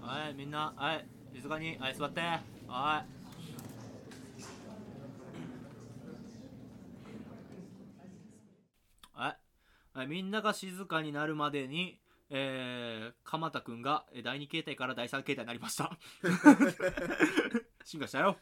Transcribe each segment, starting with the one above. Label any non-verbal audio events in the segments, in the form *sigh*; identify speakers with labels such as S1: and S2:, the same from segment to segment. S1: はいみんなはい静かにはい座ってはいはいはいみんなが静かになるまでにえー、鎌田くんがえー第2形態から第3形態になりました *laughs* 進化したよ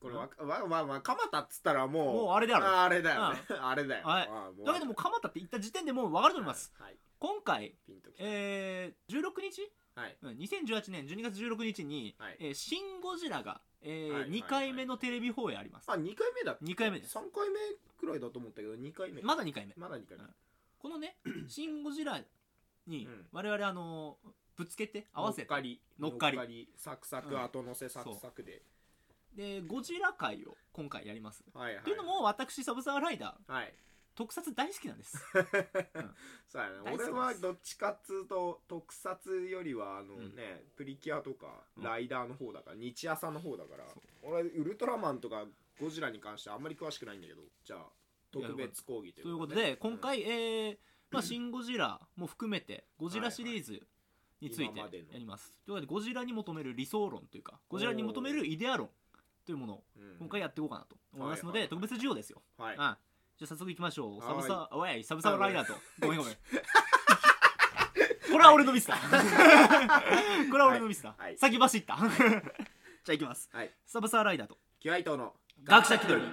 S2: これわかわわわ蒲田っつったらもう
S1: もうあれである
S2: あれだよね *laughs* あれだよ
S1: はい
S2: ああもう
S1: だけどもう鎌田って言った時点でもう分かると思います
S2: はい
S1: 今回
S2: ピンときた
S1: えー、16日
S2: はい
S1: うん2018年12月16日に
S2: はい
S1: えーシン・ゴジラ」が、えー
S2: はいはい
S1: 2回目のテレビ放映あります、
S2: あ二回目だ
S1: 2回目です
S2: 三回目くらいだと思ったけど二回目
S1: まだ2回目
S2: まだ二回目
S1: うんこ
S2: *clears throat*
S1: のね「シン・ゴジラ」に
S2: うん
S1: 我々あのーぶつけて合わせ
S2: 乗っか
S1: て
S2: り
S1: 乗っかり
S2: サクサ
S1: う
S2: ク
S1: ん
S2: 後乗せサクサクで
S1: でゴジラ回を今回やります、
S2: はいはい
S1: というのも私サブサーライダー
S2: はい
S1: 特撮大好きな
S2: *laughs*
S1: んです
S2: そうやね
S1: 大好きで
S2: 俺
S1: す
S2: はどっちかっつうと特撮よりはあの
S1: うん
S2: ねプリキュアとか
S1: うん
S2: ライダーの方だから日朝の方だから
S1: そう
S2: 俺ウルトラマンとかゴジラに関してあんまり詳しくないんだけどじゃあ
S1: いや
S2: 特別講義と
S1: とい
S2: いうう
S1: こ
S2: ことと
S1: で
S2: で
S1: 今回、えーまあ、シン・ゴジラも含めてゴジラシリーズについて
S2: 今
S1: や
S2: までの
S1: ります、ということでゴジラに求める理想論というかゴジラに求めるイデア論というものを
S2: うん
S1: 今回やっていこうかなと思いますので、
S2: はいはい
S1: 特別授業ですよ、
S2: はい
S1: あじゃあ早速いきましょうサ
S2: は
S1: ブ
S2: い
S1: サーおいサブサーライダー
S2: *laughs*
S1: とごめんご *laughs* めんこれは俺
S2: *laughs*
S1: のミスだこれは俺のミスだ、
S2: はいはい
S1: 先走った *laughs* じゃあいきます
S2: はい
S1: サブサーライダーと
S2: キュアイト
S1: *laughs*
S2: の
S1: 学者気取り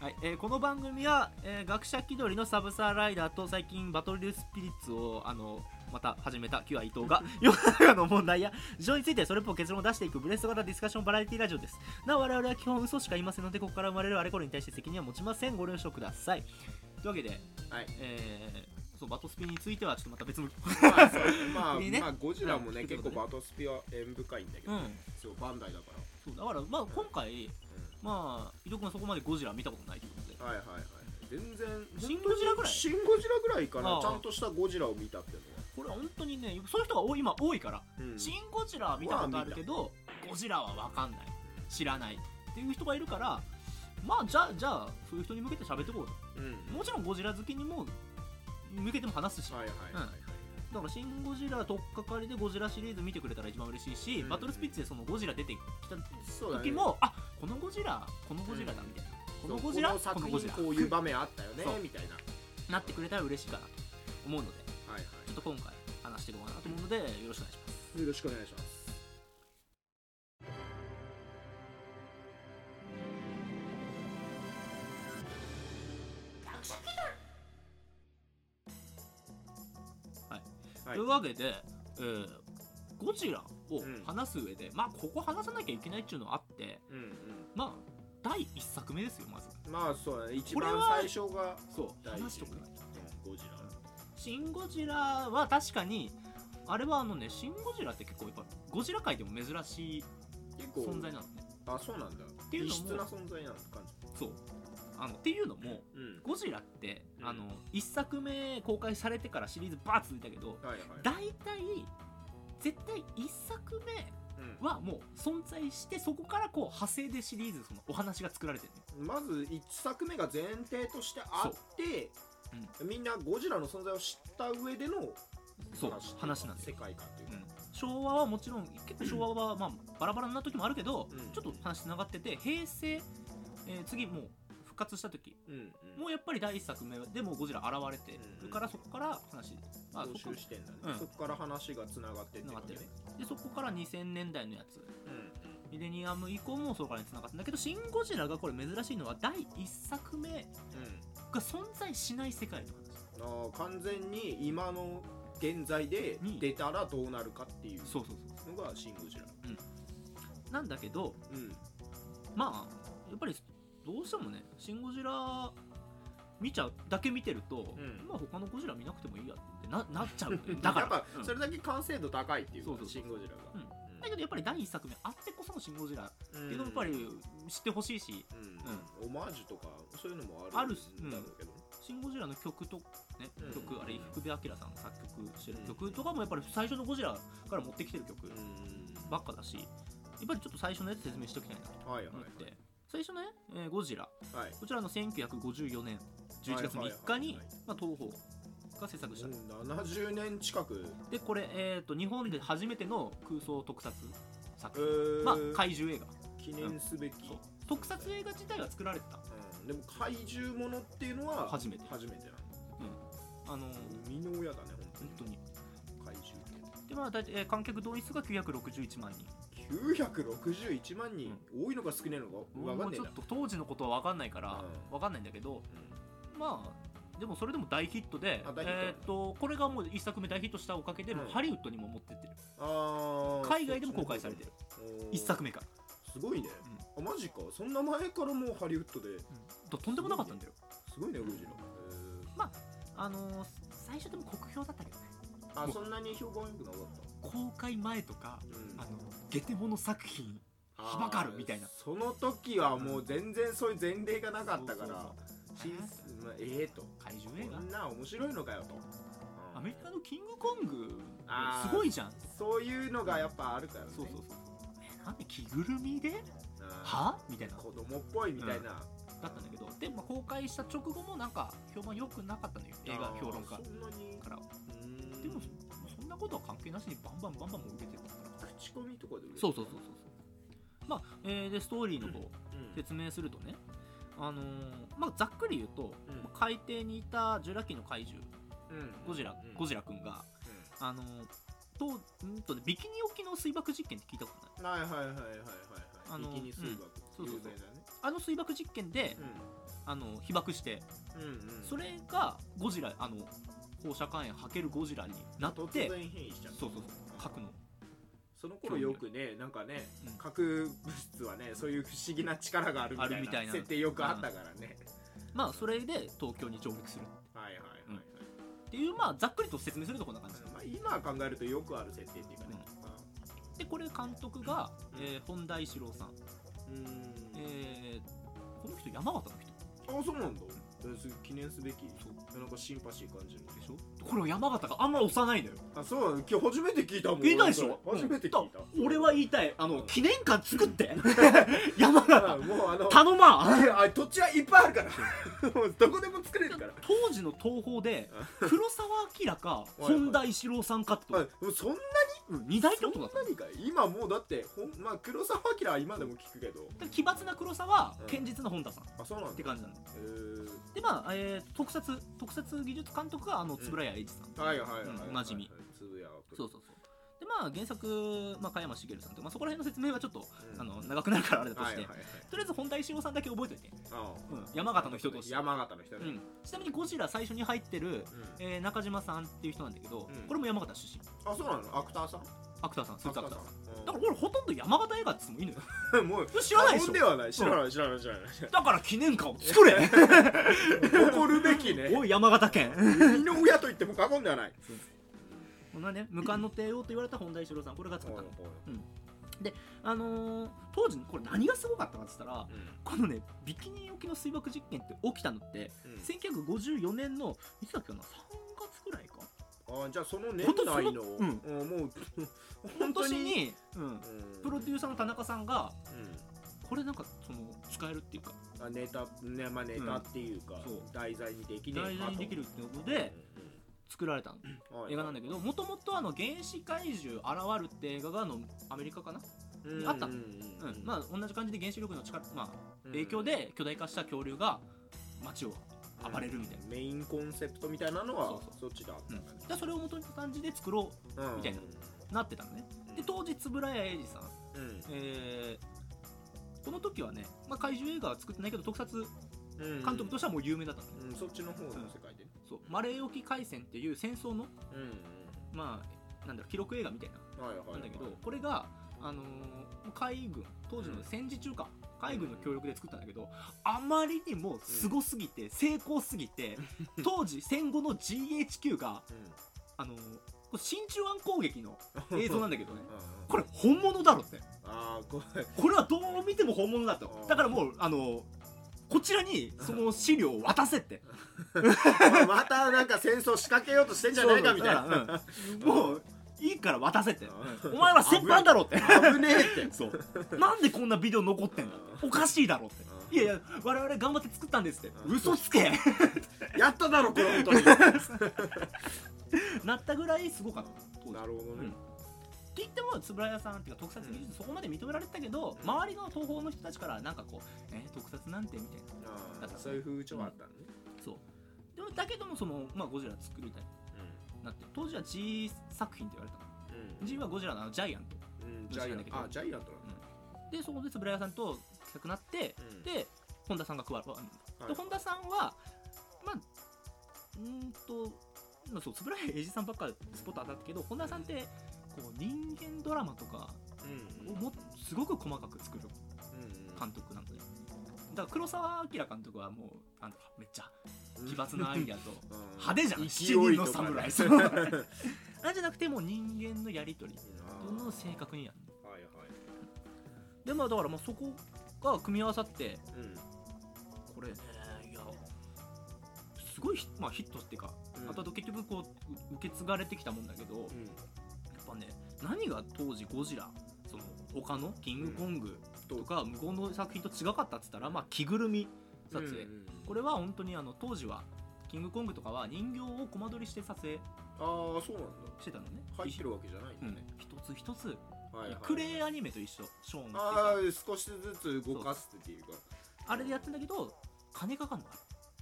S1: はいえーこの番組は、えー学者気取りのサブサーライダーと最近バトルスピリッツをあのまた始めたキュア伊藤が *laughs* 世の中の問題や事情についてそれっぽい結論を出していくブレスト型ディスカッションバラエティラジオですなお我々は基本嘘しか言いませんのでここから生まれるあれこれに対して責任は持ちませんご了承くださいというわけで、
S2: はい
S1: えーそうバトスピについてはちょっとまた別の
S2: まあそうまあ
S1: いいね
S2: まあゴジラもね
S1: うん
S2: 結構バトスピは縁深いんだけど
S1: うん
S2: そうバンダイだから
S1: そうだからまあ今回まあ伊藤君はそこまでゴジラ見たことないということで
S2: はいはいはい全然
S1: シンゴジラぐらい
S2: シンゴジラぐらいか
S1: あ
S2: な
S1: あ
S2: ちゃんとしたゴジラを見たっていう
S1: これは本当にねそういう人が多い今多いから
S2: のはうん
S1: シン・ゴジラは見たことあるけどゴジラは分かんない知らないっていう人がいるからまあじゃあじゃあそういう人に向けて喋ってこうと
S2: うん
S1: もちろんゴジラ好きにも向けても話すし、
S2: はいはいはいはい
S1: だから「シン・ゴジラ」とっかかりでゴジラシリーズ見てくれたら一番嬉しいし、
S2: うん
S1: バトルスピッツでそのゴジラ出てきた
S2: そうだね
S1: 時も、あこのゴジラこのゴジラだみたいな、このゴジラ
S2: こ
S1: こ
S2: の
S1: の
S2: 作品
S1: ゴジラ
S2: こういう場面あったよね
S1: そう
S2: みたいなは
S1: *laughs* なってくれたら嬉しいかなと思うのでち
S2: いは
S1: ょっと今回話していこうかなと思うのでよろしくお願いします
S2: いよろしくお願いしますはい
S1: というわけで、えーゴジラを
S2: うん
S1: 話す上で、まあここ話さなきゃいけないっていうのはあって
S2: うん
S1: まあ第1作目ですよまず
S2: うんまあそうだね一
S1: これ
S2: 番
S1: は
S2: 最初が
S1: そう話しとくない
S2: ゴジラ
S1: シン・ゴジラは確かにあれはあのねシン・ゴジラって結構やっぱゴジラ界でも珍しい
S2: 結構
S1: 存在なのね
S2: あそうなんだ
S1: ていうの
S2: 異
S1: も
S2: 質な存在なの感じ
S1: そうあのっていうのも
S2: うん
S1: ゴジラって、
S2: うん
S1: あの1作目公開されてからシリーズバーッ続いたけど
S2: はいはい
S1: 大体絶対1作目
S2: うん
S1: はもう存在してそこからこう派生でシリーズそのお話が作られてるの
S2: まず1作目が前提としてあって、みんなゴジラの存在を知った上での
S1: そう
S2: 話
S1: 話なんです
S2: 世
S1: よ、
S2: 界観という
S1: う
S2: か、
S1: ん昭和はもちろん結構昭和はまあバラバラな時もあるけど、
S2: うん
S1: ちょっと話つながってて平成、えー次もう復活した時
S2: うん
S1: もうやっぱり第1作目でもうゴジラ現れて
S2: うん
S1: るからそこから話、まあ、そ
S2: 募
S1: こ
S2: 集してんだね、
S1: うん
S2: そこから話がつながってって
S1: 繋がってる
S2: ね、
S1: でそこから2000年代のやつ
S2: うん
S1: ミレニアム以降もそこからに繋がったんだけど「シン・ゴジラ」がこれ珍しいのは第1作目が存在しない世界の話
S2: うんあー完全に今の現在で
S1: に
S2: 出たらどうなるかっていう
S1: そうそうそ
S2: のがシン・ゴジラ、
S1: うなんだけど
S2: うん、
S1: まあやっぱりどうしてもね「シン・ゴジラ」見ちゃうだけ見てると、
S2: うん
S1: まあ他のゴジラ見なくてもいいやってななっちゃう
S2: *laughs*
S1: よねだから
S2: やっぱ
S1: うん
S2: それだけ完成度高いっていうか
S1: そうそうそう
S2: シン・ゴジラが、
S1: うんだけどやっぱり第1作目あってこその「シン・ゴジラ」っ
S2: うん
S1: ていうのもやっぱり知ってほしいし
S2: うんオマージュとかそういうのも
S1: あ
S2: あ
S1: る
S2: る
S1: し
S2: んだろうけど、
S1: シン・ゴジラの曲と、ね
S2: う、ん
S1: 曲、あれ、福部明さん作曲してる
S2: うん
S1: 曲とかも、やっぱり最初のゴジラから持ってきてる曲
S2: うん
S1: ばっかだし、やっぱりちょっと最初のやつ説明しときたいなと
S2: はいはい、
S1: 思っ
S2: はい
S1: て、最初のね、えーゴジラ
S2: はい
S1: こちらの1954年11月3日に、まあ、東宝が制作した、
S2: うん70年近く、
S1: でこれ、えー、と日本で初めての空想特撮
S2: え
S1: 作
S2: ー
S1: まあ怪獣映画
S2: 記念すべき、
S1: そう特撮映画自体は作られてた
S2: うんでも怪獣ものっていうのは
S1: 初めて
S2: 初めてなの
S1: あのー
S2: 生みの親だね
S1: 本当に
S2: 本当に怪獣っ
S1: でまあ大体、えー観客動員数が961万人
S2: て961万人、多いのか少ないのか分か
S1: も
S2: ん
S1: う
S2: ね
S1: ち
S2: え
S1: ょ
S2: な
S1: っと当時のことは分かんないから、
S2: うん
S1: 分かんないんだけどまあでもそれでも大ヒットで
S2: あ大ヒット
S1: えーっとこれがもう1作目大ヒットしたおかげで、もう
S2: うん
S1: ハリウッドにも持ってってる
S2: あー
S1: 海外でも公開されてる1作
S2: 目
S1: 目が、
S2: すごいね、あマジかそんな前からもうハリウッドで
S1: ととんでもなかったんだよ
S2: すごいねゴジラ、
S1: あのー最初でも酷評だったけどね
S2: えーあ
S1: もう
S2: そんなに評判良くなかった
S1: 公開前とか、
S2: うん
S1: あのゲテモノ作品
S2: あー
S1: 暇かるみたいな
S2: その時はもう全然そういう前例がなかったから
S1: そうそう
S2: シ
S1: そう
S2: ーズンまあええと
S1: 怪獣映
S2: こん
S1: 画
S2: な面白いのかよと、
S1: ア
S2: うん
S1: メリカのキングコング
S2: あー
S1: すごいじゃん
S2: そういうのがやっぱあるからね
S1: そうそうそうえなんで着ぐるみで
S2: うん
S1: はみたいな
S2: 子供っぽいみたいな、
S1: だったんだけどで、まあ、公開した直後もなんか評判良くなかったのよ映画
S2: あー
S1: 評論家
S2: そんなに
S1: から
S2: うん
S1: でもそんなことは関係なしにバンバンバンバンもう受けてたから
S2: 口コミとかで売れてる
S1: そうそうそうそうそうまあ、えーでストーリーの方
S2: うん
S1: 説明するとねあのーまあざっくり言うと、
S2: うん
S1: まあ海底にいたジュラ紀の怪獣
S2: うん
S1: ゴジラ、
S2: うん
S1: ゴジラくんがあのーとうんとねビキニ沖の水爆実験って聞いたことない
S2: うんはいはいはいはいはい
S1: あ
S2: はい
S1: の
S2: ビキニ水爆
S1: うんそうそう
S2: 有
S1: そう
S2: 名だね
S1: あの水爆実験で、あの被爆して
S2: うんうんうん
S1: それがゴジラあの放射管炎吐けるゴジラになって
S2: 突然変異しちゃった
S1: そうそうそう核の
S2: その頃よくねなんかね、
S1: うん
S2: 核物質はねそういう不思議な力があるみたいな
S1: あるみたいな
S2: 設定よくあったからね、
S1: まあそれで東京に上陸する
S2: はいはいはいはい、
S1: っていうまあざっくりと説明するとこんな感じ
S2: まあ、今考えるとよくある設定っていうかね、
S1: でこれ監督が、
S2: うん
S1: えー本田一郎さん、
S2: うん
S1: えーこの人山形の人
S2: あそうなんだえす記念すべきそうなんかシンパシー感じる
S1: でしょこれは山形があんま幼いのよ
S2: あそうなの今日初めて聞いたもん
S1: 言えないでしょ
S2: 俺それ初めて聞いた、
S1: うんだ俺は言いたいあ
S2: う
S1: の
S2: ん
S1: 記念館作って山
S2: あ
S1: 形
S2: もうあの
S1: *laughs* 頼まん
S2: あ土地はいっぱいあるからもうどこでも作れるから
S1: 当時の東宝で黒澤明か本田一郎さんかって
S2: あでもそんな
S1: うん二大ってことだった
S2: そんなにか今もうだってほん、まあ、黒澤明は今でも聞くけど
S1: で奇抜な黒さは
S2: うん
S1: 堅実な本田さんっ
S2: あそうなん
S1: て
S2: だ
S1: 感じなんで
S2: えー
S1: でまあ、えー特撮特撮技術監督があの円谷英二さん、
S2: はいはいはい、
S1: うん
S2: はい
S1: おなじみ
S2: つぶや
S1: そうそうそうでまあ原作、まあ、加山茂さんとか、まあ、そこら辺の説明はちょっと、
S2: うん
S1: あの長くなるからあれだと
S2: は
S1: し
S2: い
S1: て、
S2: はいはい
S1: とりあえず本田石郎さんだけ覚えておいて、
S2: ああ
S1: うん、山形の人として、
S2: 山形の人
S1: う
S2: ね
S1: ん、ちなみにゴジラ最初に入ってる、
S2: うん
S1: えー中島さんっていう人なんだけど、
S2: うん
S1: これも山形出身
S2: あそうなのアクターさん
S1: アクターさんスーツアクターさん
S2: だか
S1: だか
S2: ら
S1: 俺ほとんど山形映画っつってもいいのよ
S2: らもう
S1: 知らないでし
S2: 過言
S1: ょ
S2: ではない知らない知らない知らない
S1: だから記念館を作
S2: *laughs*
S1: れ
S2: 誇るべきね
S1: おい山形県
S2: 生みの親と言っても過言ではない
S1: こんなね無冠の帝王と言われた本田一郎さんこれが作ったの
S2: う
S1: あのー当時これ何がすごかったかって言ったら
S2: ん
S1: このねビキニ沖の水爆実験って起きたのって
S2: うん
S1: 1954年のいつだっけかな3月ぐらいか
S2: あーじゃあその年代の
S1: ほん
S2: うんもう
S1: 本
S2: 本当
S1: 当に
S2: に
S1: うん、
S2: うん
S1: プロデューサーの田中さんが
S2: う
S1: これなんかその使えるっていうか
S2: んあネタねまあネタっていうか
S1: そう
S2: 題材にできねえ
S1: 題
S2: な
S1: 材
S2: と
S1: にできるっていうことで作られたの
S2: うんうん
S1: 映画なんだけどもともとあの「原始怪獣現る」って映画があのアメリカかな、
S2: うん
S1: あった
S2: うん
S1: うんまあ、同じ感じで原子力の力、まあ、
S2: うん
S1: 影響で巨大化した恐竜が街を暴れるみたいな、
S2: メインコンセプトみたいなのは
S1: そう
S2: そっちであったんだね
S1: でそれを元にした感じで作ろ
S2: うん
S1: みたいなうなってたのねで当時円谷英二さん、
S2: うん
S1: えーこの時はね、まあ、怪獣映画は作ってないけど特撮
S2: うん
S1: 監督としてはもう有名だったのね、
S2: うんそっちの方の世界でね
S1: そうマレー沖海戦っていう戦争の、
S2: うん
S1: まあ、なんだろう記録映画みたいな
S2: うんはいはいはい
S1: なんだけどこれが、あのー海軍当時の戦時中か海軍の協力で作ったんだけどあまりにもすごすぎて、成功すぎ
S2: *laughs*
S1: て当時戦後の GHQ が、
S2: う
S1: あのーこれ真珠湾攻撃の映像なんだけ
S2: *laughs*
S1: どね
S2: んうんうん
S1: これ本物だろって
S2: ああこれ
S1: これはどう見ても本物だと
S2: あー
S1: だからもうあのーこちらにその資料を渡せって
S2: *laughs* またなんか戦争仕掛けようとしてんじゃねえかみたいな *laughs*
S1: そうそうだからうんもういいから渡せって
S2: う
S1: お前ら先輩だろ
S2: *laughs*
S1: って
S2: 危ねえって
S1: そうなんでこんなビデオ残ってんだおかしいだろって
S2: うん
S1: いやいや我々頑張って作ったんですって
S2: うん
S1: 嘘つけ
S2: やっただろこのことに
S1: なったぐらいすごかった当時
S2: なるほどね、
S1: って言っても円谷さんっていうか特撮技術そこまで認められてたけど、
S2: うん
S1: 周りの東宝の人たちからなんかこう、えー特撮なんてみたいな
S2: ああそういう風潮あったのね、
S1: そうでもだけどもその、まあ、ゴジラ作りたいなって当時は G 作品って言われたの
S2: うん
S1: G はゴジラのあのジャイアント
S2: うんジャイアントあジャイアントなんだ
S1: でそこで円谷さんと企画なって、
S2: うん
S1: で本田さんが加わる、
S2: はい
S1: で本田さんはまあうーんとまあそう円谷英二さんばっかスポット当たったけど本田さんってこう人間ドラマとか
S2: うん
S1: をもすごく細かく作る監督なのでだから黒澤明監督はもうあのめっちゃ奇抜なアイデアと派手じゃん七人の侍
S2: そ
S1: そううん
S2: 勢いとかね
S1: なんじゃなくてもう人間のやり取り
S2: あ
S1: の正確にやる
S2: ーはいはい
S1: でまあだからもうそこが組み合わさって
S2: うん
S1: これねいやすごいヒ,、まあ、ヒットっていうか、
S2: うん
S1: あとあと結局こうう受け継がれてきたもんだけど、や
S2: うん
S1: っぱね何が当時ゴジラその他のキングコングとか向こうの作品と違かったっつったら、まあ、着ぐるみ撮影、
S2: うんうん
S1: これは本当にあの当時はキングコングとかは人形をコマ撮りして撮影
S2: ああそうなんだ
S1: してたのね
S2: 入ってるわけじゃないん
S1: う
S2: だ
S1: ん
S2: ね、
S1: 一つ一つ、
S2: はいはい
S1: クレーアニメと一緒ショーンが
S2: あ
S1: して
S2: あ少しずつ動かすっていうか
S1: たあれでやってんだけど金かかんの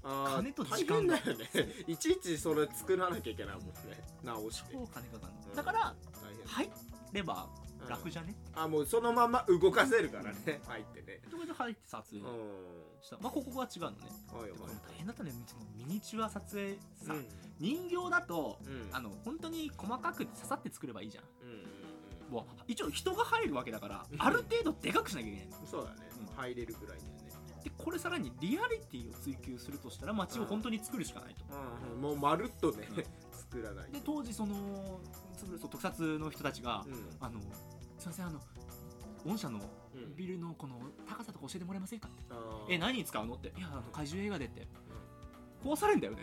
S2: あー
S1: 金と時間
S2: 大変だよね *laughs* いちいちそれ作らなきゃいけないもんね直して
S1: 超金かかんの、
S2: うん
S1: だから
S2: 大変
S1: 入れば楽
S2: じ
S1: じゃね、
S2: ゃんあもうそのまま動かせるからね *laughs* 入ってね
S1: ということで入って撮
S2: うん
S1: 影した、まあここは違うのね、
S2: はいはい
S1: でも大変だったねそのミニチュア撮影さ、
S2: うん
S1: 人形だと
S2: うん
S1: あの本当に細かく刺さって作ればいいじゃん
S2: うんうんう
S1: もう一応人が入るわけだからある程度でかくしなきゃいけない
S2: んそうだね
S1: うん
S2: 入れるぐらいだよね
S1: でこれさらにリアリティを追求するとしたら街を本当に作るしかないと、
S2: うんうんもうまるっとね
S1: うん
S2: 作らないと
S1: で当時そのそう特撮の人たちが、
S2: うん
S1: あのすいませんあの御社の
S2: うん
S1: ビルのこの高さとか教えてもらえませんかって、
S2: あー
S1: え
S2: うん
S1: 何に使うのっていやあの怪獣映画でって壊されんだよ
S2: *laughs*
S1: ね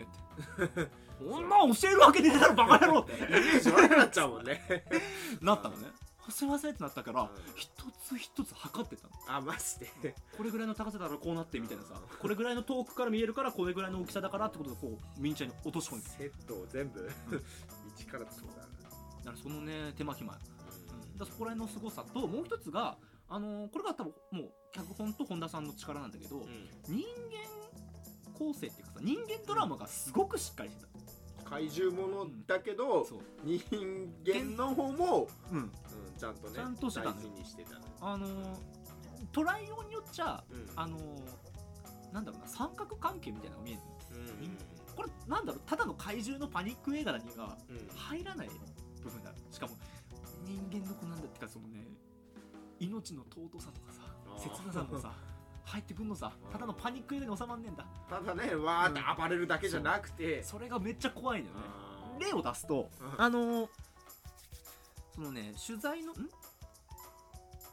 S1: ってそんな教えるわけねえだろバカ野郎って
S2: イメージ悪くなっちゃうもんね
S1: *laughs* なったのねあすいませんってなったから、
S2: うん
S1: 一つ一つ測ってたの
S2: あマジで
S1: これぐらいの高さだからこうなってみたいなさこれぐらいの遠くから見えるからこれぐらいの大きさだからってことでこうミニチュアに落とし込んで
S2: セットを全部
S1: うん
S2: *laughs* 一から作った
S1: だからそのね手間暇だか
S2: うん
S1: らそこら辺の凄さともう一つがあのーこれが多分もう脚本と本田さんの力なんだけど、
S2: うん
S1: 人間構成っていうかさ人間ドラマがすごくしっかりしてた、
S2: 怪獣ものだけど
S1: そう、
S2: 人間の方も
S1: うん、
S2: うんちゃんとね
S1: ちゃんとしてた
S2: 大
S1: ね
S2: 事にしてたね
S1: あのー捉えようによっちゃ
S2: うん
S1: あのーなんだろうな三角関係みたいなのが見える
S2: う
S1: これなんだろうただの怪獣のパニック映画には
S2: んうん
S1: 入らない部分だしかも人間の子なんだってかそのね命の尊さとかさ
S2: あー
S1: 切なさ
S2: *laughs*
S1: もさ入ってくんのさただのパニック映画に収まんねえんだ
S2: ただねわーって暴れるだけじゃなくて
S1: それがめっちゃ怖いのよね
S2: あー
S1: 例を出すと
S2: うん
S1: あのーそのね取材のん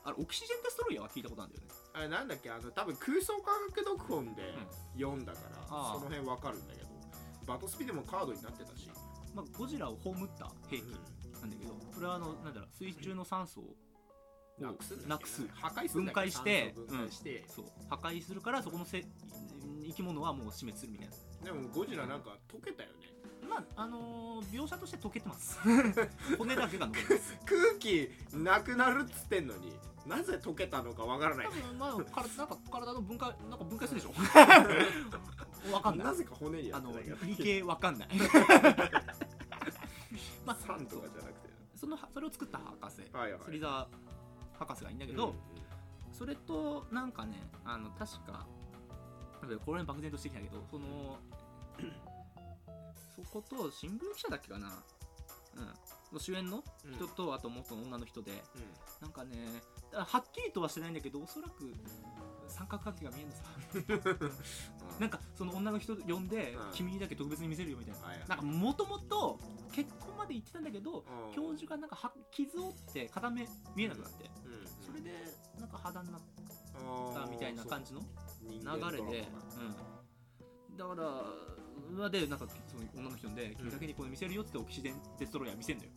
S1: あれオキシジェンデストロイヤーは聞いたことあるんだよね
S2: あれなんだっけあの多分空想科学読本で読んだから、
S1: あー
S2: その辺わかるんだけどバトスピでもカードになってたし、
S1: まあ、ゴジラを葬った兵器なんだけどこれはあのなんだろう水中の酸素を
S2: なくすんだっけ
S1: なくす
S2: 破壊すんだっけ
S1: 分解し
S2: 酸
S1: て
S2: 素を分解して、
S1: そう破壊するからそこのせ生き物はもう死滅するみたいな
S2: でもゴジラなんか溶けたよね
S1: まああのー描写として溶けてます
S2: *laughs*
S1: 骨だけが残ってます
S2: 空気なくなるっつってんのになぜ溶けたのかわからない
S1: 多分まあ体なんか体の分解なんか分解する
S2: *laughs*
S1: でしょわかんない
S2: なぜか骨にや
S1: あ
S2: って
S1: の
S2: ないから
S1: 理系わ
S2: *laughs*
S1: かんないまあ
S2: 酸とかじゃなくて
S1: そのそれを作った博士
S2: はいはい
S1: 釣り沢博士がいいんだけど、それとなんかねあの確かなんかこれ漠然としてきたけど
S2: *clears throat*
S1: そのそこと新聞記者だっけかな、うん、の主演の
S2: うんうん
S1: 人とあと元の女の人で
S2: うん
S1: なんかねはっきりとはしてないんだけどおそらく三角関係が見えるのさなんかその女の人呼んで
S2: うん
S1: 君にだけ特別に見せるよみたいな
S2: はいはい
S1: なんかもともと結婚まで行ってたんだけど
S2: うん
S1: 教授がなんかは傷を負って片目見えなくなって
S2: うんうん
S1: それでなんか肌になっ
S2: あー
S1: たみたいな感じの
S2: そう人間ドラマ
S1: 流れで、
S2: かな
S1: うん、だからまでなんかその女の人呼んで「君だけにこれ見せるよ」っつってオキシデンデストロイヤー見せん
S2: *laughs*
S1: のよ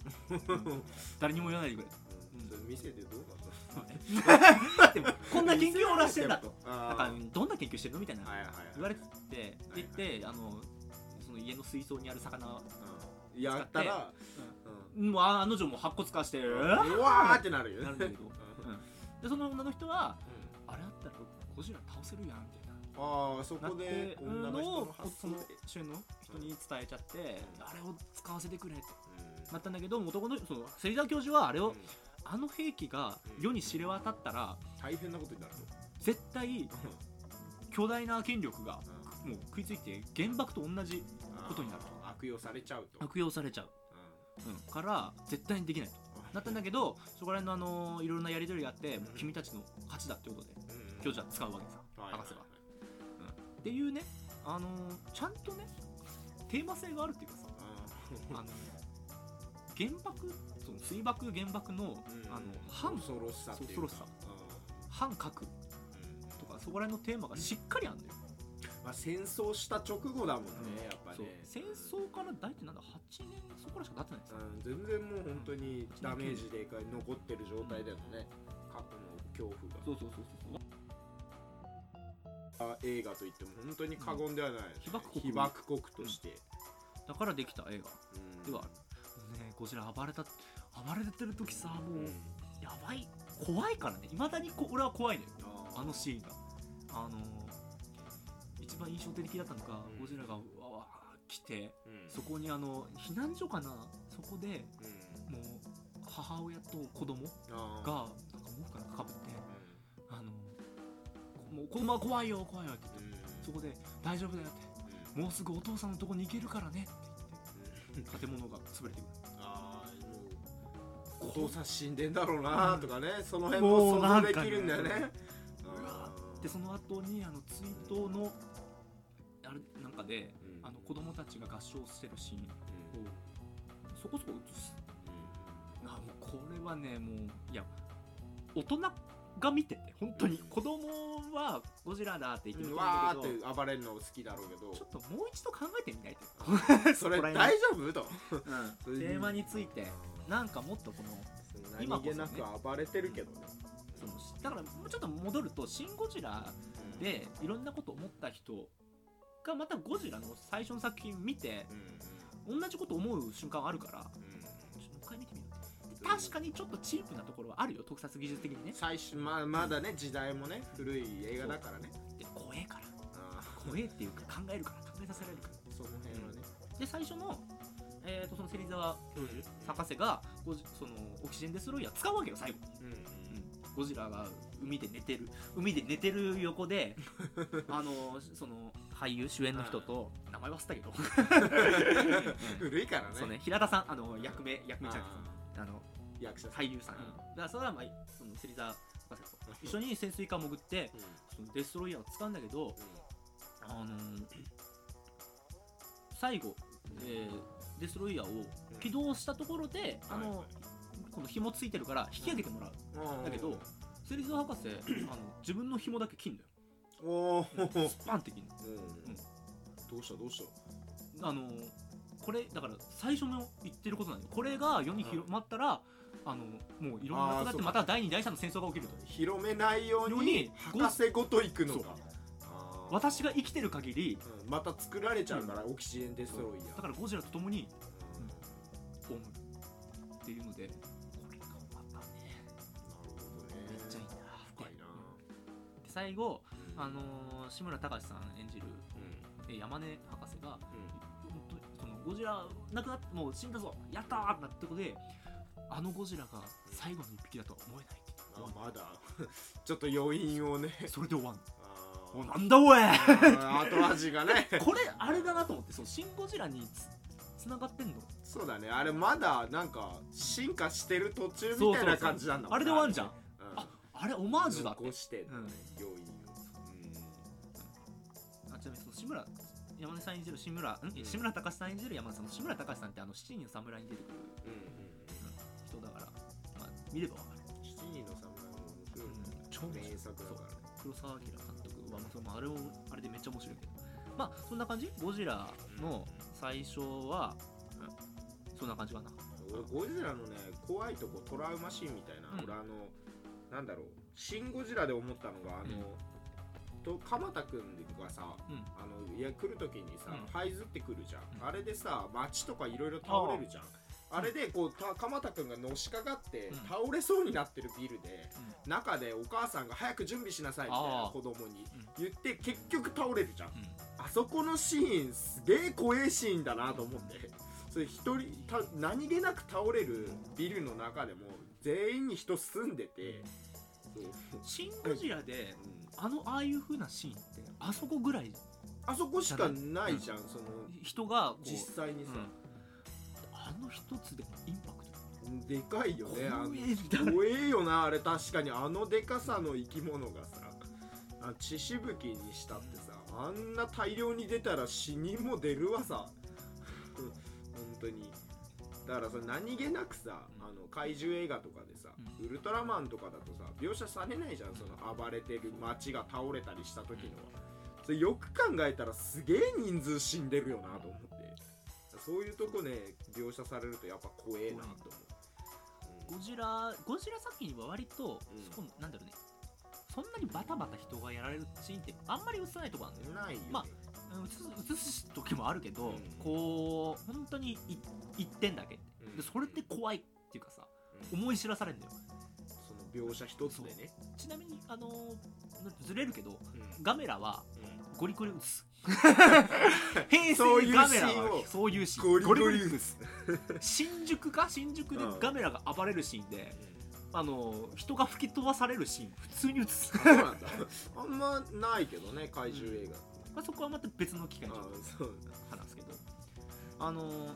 S1: 誰にも言わないでくれ *laughs*
S2: うんそれ見せてどうなった
S1: こんな研究を俺はしてんだ
S2: と
S1: なんか
S2: あ
S1: どんな研究してるのみたいな
S2: ーはいはい
S1: 言われててで行ってあのその家の水槽にある魚は
S2: うんやったら
S1: もうああの女も白骨化して
S2: う
S1: る
S2: んうわーってなるよ
S1: なるんだけど
S2: うん
S1: でその女の人はあれあったらゴジラ倒せるやんみたいな
S2: ああそ
S1: なっ
S2: こ
S1: て
S2: で女の人の
S1: を
S2: 発
S1: そ
S2: 想
S1: の主演の人に伝えちゃってあれを使わせてくれって
S2: うん
S1: なったんだけど男のその芹沢教授はあれを
S2: うん
S1: あの兵器が世に知れ渡ったら
S2: 大変なことになるよ
S1: 絶対巨大な権力が
S2: うん
S1: もう食いついて原爆と同じことになると
S2: あー悪用されちゃうと
S1: 悪用されちゃう、うん、から絶対にできないとなったんだけどそこら辺の、あのーいろんなやり取りがあって
S2: うん
S1: 君たちの勝ちだってことで
S2: うんうん
S1: 教授は使うわけさ
S2: はい
S1: 博士はっていうね、あのーちゃんとねテーマ性があるっていうかさあの
S2: あ
S1: ね原爆その水爆原爆の
S2: ーうん
S1: あの
S2: う
S1: 反
S2: ん恐ろしさっていうか
S1: 恐ろし
S2: う
S1: 反核
S2: んうん
S1: とかそこら辺のテーマがしっかりあるんだよ
S2: まあ、戦争した直後だもんね、やっぱ
S1: そう
S2: ね
S1: 戦争から大体なんだ8年そこらしか経ってないんですよ
S2: うん、全然もう本当にダメージでかい残ってる状態だよね、過去の恐怖が
S1: そうそうそうそう
S2: あ映画といっても本当に過言ではない、
S1: 被爆国
S2: 被爆国として、
S1: だからできた映画
S2: うん
S1: ではあるねこちら暴れた暴れてる時さ
S2: う
S1: も
S2: ん
S1: うやばい怖いからねいまだにこ俺は怖いのよ
S2: あ
S1: あのシーンがあのー一番印象的だったのが、
S2: うん
S1: ゴジラがうわわー来て
S2: ーうん
S1: そこにあの避難所かなそこで
S2: うん
S1: もう母親と子供が
S2: あー
S1: なんか毛布かなんかかぶってあのもう子供は怖いよ怖いよって言って
S2: うんうん
S1: そこで大丈夫だよって
S2: うん
S1: もうすぐお父さんのとこに行けるからねって
S2: うん
S1: 言って建物が潰れてくる
S2: あーもうお父さん死んでんだろうなとかね、その辺も
S1: もうな
S2: 想像
S1: んか
S2: でき
S1: ね
S2: るんだよね
S1: うわ
S2: うん
S1: でその後にあの追悼のあれなんかで
S2: うん
S1: あの子供たちが合唱してるシーン
S2: うん
S1: をそこそこ映すあもうこれはねもういや大人が見てて本当に子供はゴジラだって言って
S2: う
S1: る
S2: ん
S1: と
S2: わ
S1: 思
S2: ー
S1: う
S2: っ
S1: んだけ
S2: て暴れるの好きだろうけ
S1: どちょ
S2: ど
S1: っともう一度考えてみないと
S2: *laughs* それ
S1: ここら
S2: 大
S1: 辺
S2: 丈夫と
S1: テーマについてなんかもっとこの今
S2: 何
S1: こそ
S2: 気
S1: ね
S2: なく暴れてるけどね
S1: そのだからもうちょっと戻ると「シン・ゴジラ」でいろんなこと思った人がまたゴジラの最初の作品見て
S2: うん
S1: 同じこと思う瞬間あるから
S2: う
S1: ちょっともう一回見てみよう確かにちょっとチープなところはあるよ特撮技術的にね
S2: ん最初まあまだね時代もね古い映画だからね
S1: で怖えから
S2: あ
S1: 怖えっていうか考えるから考えさせられるから
S2: ーその辺はね
S1: で最初の,、えー、とその芹沢
S2: うん
S1: 博士がゴジそのオキシジェンデスロイヤー使うわけよ最後、ゴジラが海で寝てる海で寝てる横 *laughs* であのその俳優主演の人と名前忘れたけどうん
S2: 古いからね
S1: そうね平田さんあの役名役名じゃなくて
S2: あ
S1: あの
S2: ー役者さん
S1: 俳優さん、
S2: うん
S1: だからそれは、まあ、その芹沢博士と一緒に潜水艦潜って
S2: うん
S1: そのデストロイヤーを使うんだけど、あのー最後、えーデストロイヤーを起動したところで、あのこの紐ついてるから引き上げてもらう、だけど芹沢博
S2: *clears throat*
S1: 士あの自分の紐だけ切ん
S2: おお
S1: だよスパンって切んの
S2: どうしたどうした
S1: あのーこれだから最初の言ってることなんだよこれが世に広まったら、あのもういろんなこと
S2: あー
S1: だっ
S2: そう
S1: て
S2: か
S1: また第二第三の戦争が起きると
S2: 広めないよ
S1: よ
S2: う
S1: う
S2: に
S1: に
S2: 博士ごと行くの
S1: そ
S2: か
S1: う
S2: あー
S1: 私が生きてる限り
S2: うんまた作られちゃうからオキシエンデストロイヤー
S1: だからゴジラと共に
S2: うんなる
S1: 葬るっていうのでこれがまたね
S2: ほどね
S1: めっちゃいいんだ
S2: 深いな
S1: で最後
S2: うん
S1: あのー志村隆さん演じるえー山根博士が
S2: うん
S1: 本当にそのゴジラなくなってもう死んだぞやったーってなってことであのゴジラが最後の一匹だとは思えないって
S2: うんまあまだ *laughs* ちょっと余韻をね
S1: それで終わん
S2: あ
S1: の
S2: ー
S1: もうなんだお
S2: *laughs*
S1: い
S2: あー後味がね
S1: これあれだなと思ってそのシン・ゴジラにつつながってんの
S2: そうだねあれまだなんか進化してる途中みたいな感じなんだも
S1: あれで終わんじゃん
S2: う
S1: ああれオマージュだって
S2: 残してんだね余韻を
S1: あちなみにその志村山根さん演じる志村ん、志村隆さん演じる山根さんの志村隆さんってあの七人の侍に出てくる
S2: うんうん
S1: 人だから、まあ、見ればわかる、
S2: 七人の侍も面白いね
S1: うん、超面白い
S2: 名作だから
S1: 黒澤明監督は、まあ、それもあれをあれでめっちゃ面白いけどまあそんな感じゴジ
S2: う
S1: ラ
S2: ん
S1: の最初は、うんそんな感じかな
S2: 俺ゴジラのね怖いとこトラウマシーンみたいな、
S1: うん
S2: 俺あのなんだろう「シン・ゴジラ」で思ったのがあの、と鎌田君がさ、
S1: うん
S2: あのいや来る時にさ、
S1: うん
S2: 這いずってくるじゃん、
S1: うん
S2: あれでさ街とかいろいろ倒れるじゃんあれでこうた鎌田君がのしかかって、
S1: うん
S2: 倒れそうになってるビルで中でお母さんが早く準備しなさいみたい
S1: あ
S2: な
S1: ー
S2: 子供に
S1: うん
S2: 言って結局倒れるじゃん
S1: うん
S2: あそこのシーンすげえ怖えシーンだなと思ってそれ一人た何気なく倒れるビルの中でも全員に人住んでてそう、うん、
S1: シン・ゴジラであのああいう風なシーンってあそこぐらい
S2: あそこしかないじゃんその
S1: 人がこう
S2: 実際にさ、
S1: うんあの一つでもインパクト
S2: でかいよねあ
S1: 怖えんだ
S2: の怖えよなあれ確かにあのでかさの生き物がさあ血しぶきにしたってさあんな大量に出たら死にも出るわさ *laughs* 本当にだからさ何気なくさあの怪獣映画とかでさ、
S1: うん
S2: ウルトラマンとかだとさ描写されないじゃんその暴れてる街が倒れたりした時のはそれよく考えたらすげえ人数死んでるよなと思ってそういうとこね描写されるとやっぱ怖えなと思う
S1: ゴジラゴジラ作品は割と、
S2: うん
S1: そこもなんだろうねそんなにバタバタ人がやられるシーンってあんまり映さないとこなんだよ
S2: うんないよ、ね
S1: まあうん映す映す時もあるけど、
S2: うん
S1: こう本当にい一点だけ
S2: うん
S1: でそれって怖いっていうかさ
S2: うん
S1: 思い知らされるんだよ
S2: その描写一つでね
S1: ちなみにあのーなんてずれるけど
S2: うん
S1: ガメラは
S2: うん
S1: ゴリゴリ映
S2: *laughs*
S1: す平
S2: そう
S1: 成
S2: いう
S1: ガメラ
S2: シーン
S1: は
S2: を
S1: そういうシーン
S2: ゴリゴリ
S1: 映す新宿か新宿で
S2: うん
S1: ガメラが暴れるシーンで、あの人が吹き飛ばされるシーン普通に映す
S2: そうなんだあんまないけどね怪獣映画って、
S1: まあそこはまた別の機会に
S2: あーそう
S1: 話すけどあのーうん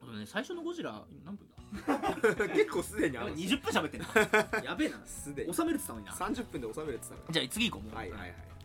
S1: あのね、最初のゴジラ今何分だ
S2: だ *laughs* 結構すでに
S1: や
S2: あ
S1: ばい
S2: る
S1: 20分喋ってんな *laughs* やべえな
S2: すでに
S1: 収めれてたのにな
S2: 30分で収めれてたか
S1: じゃあ次行こうもう
S2: らはいはいはい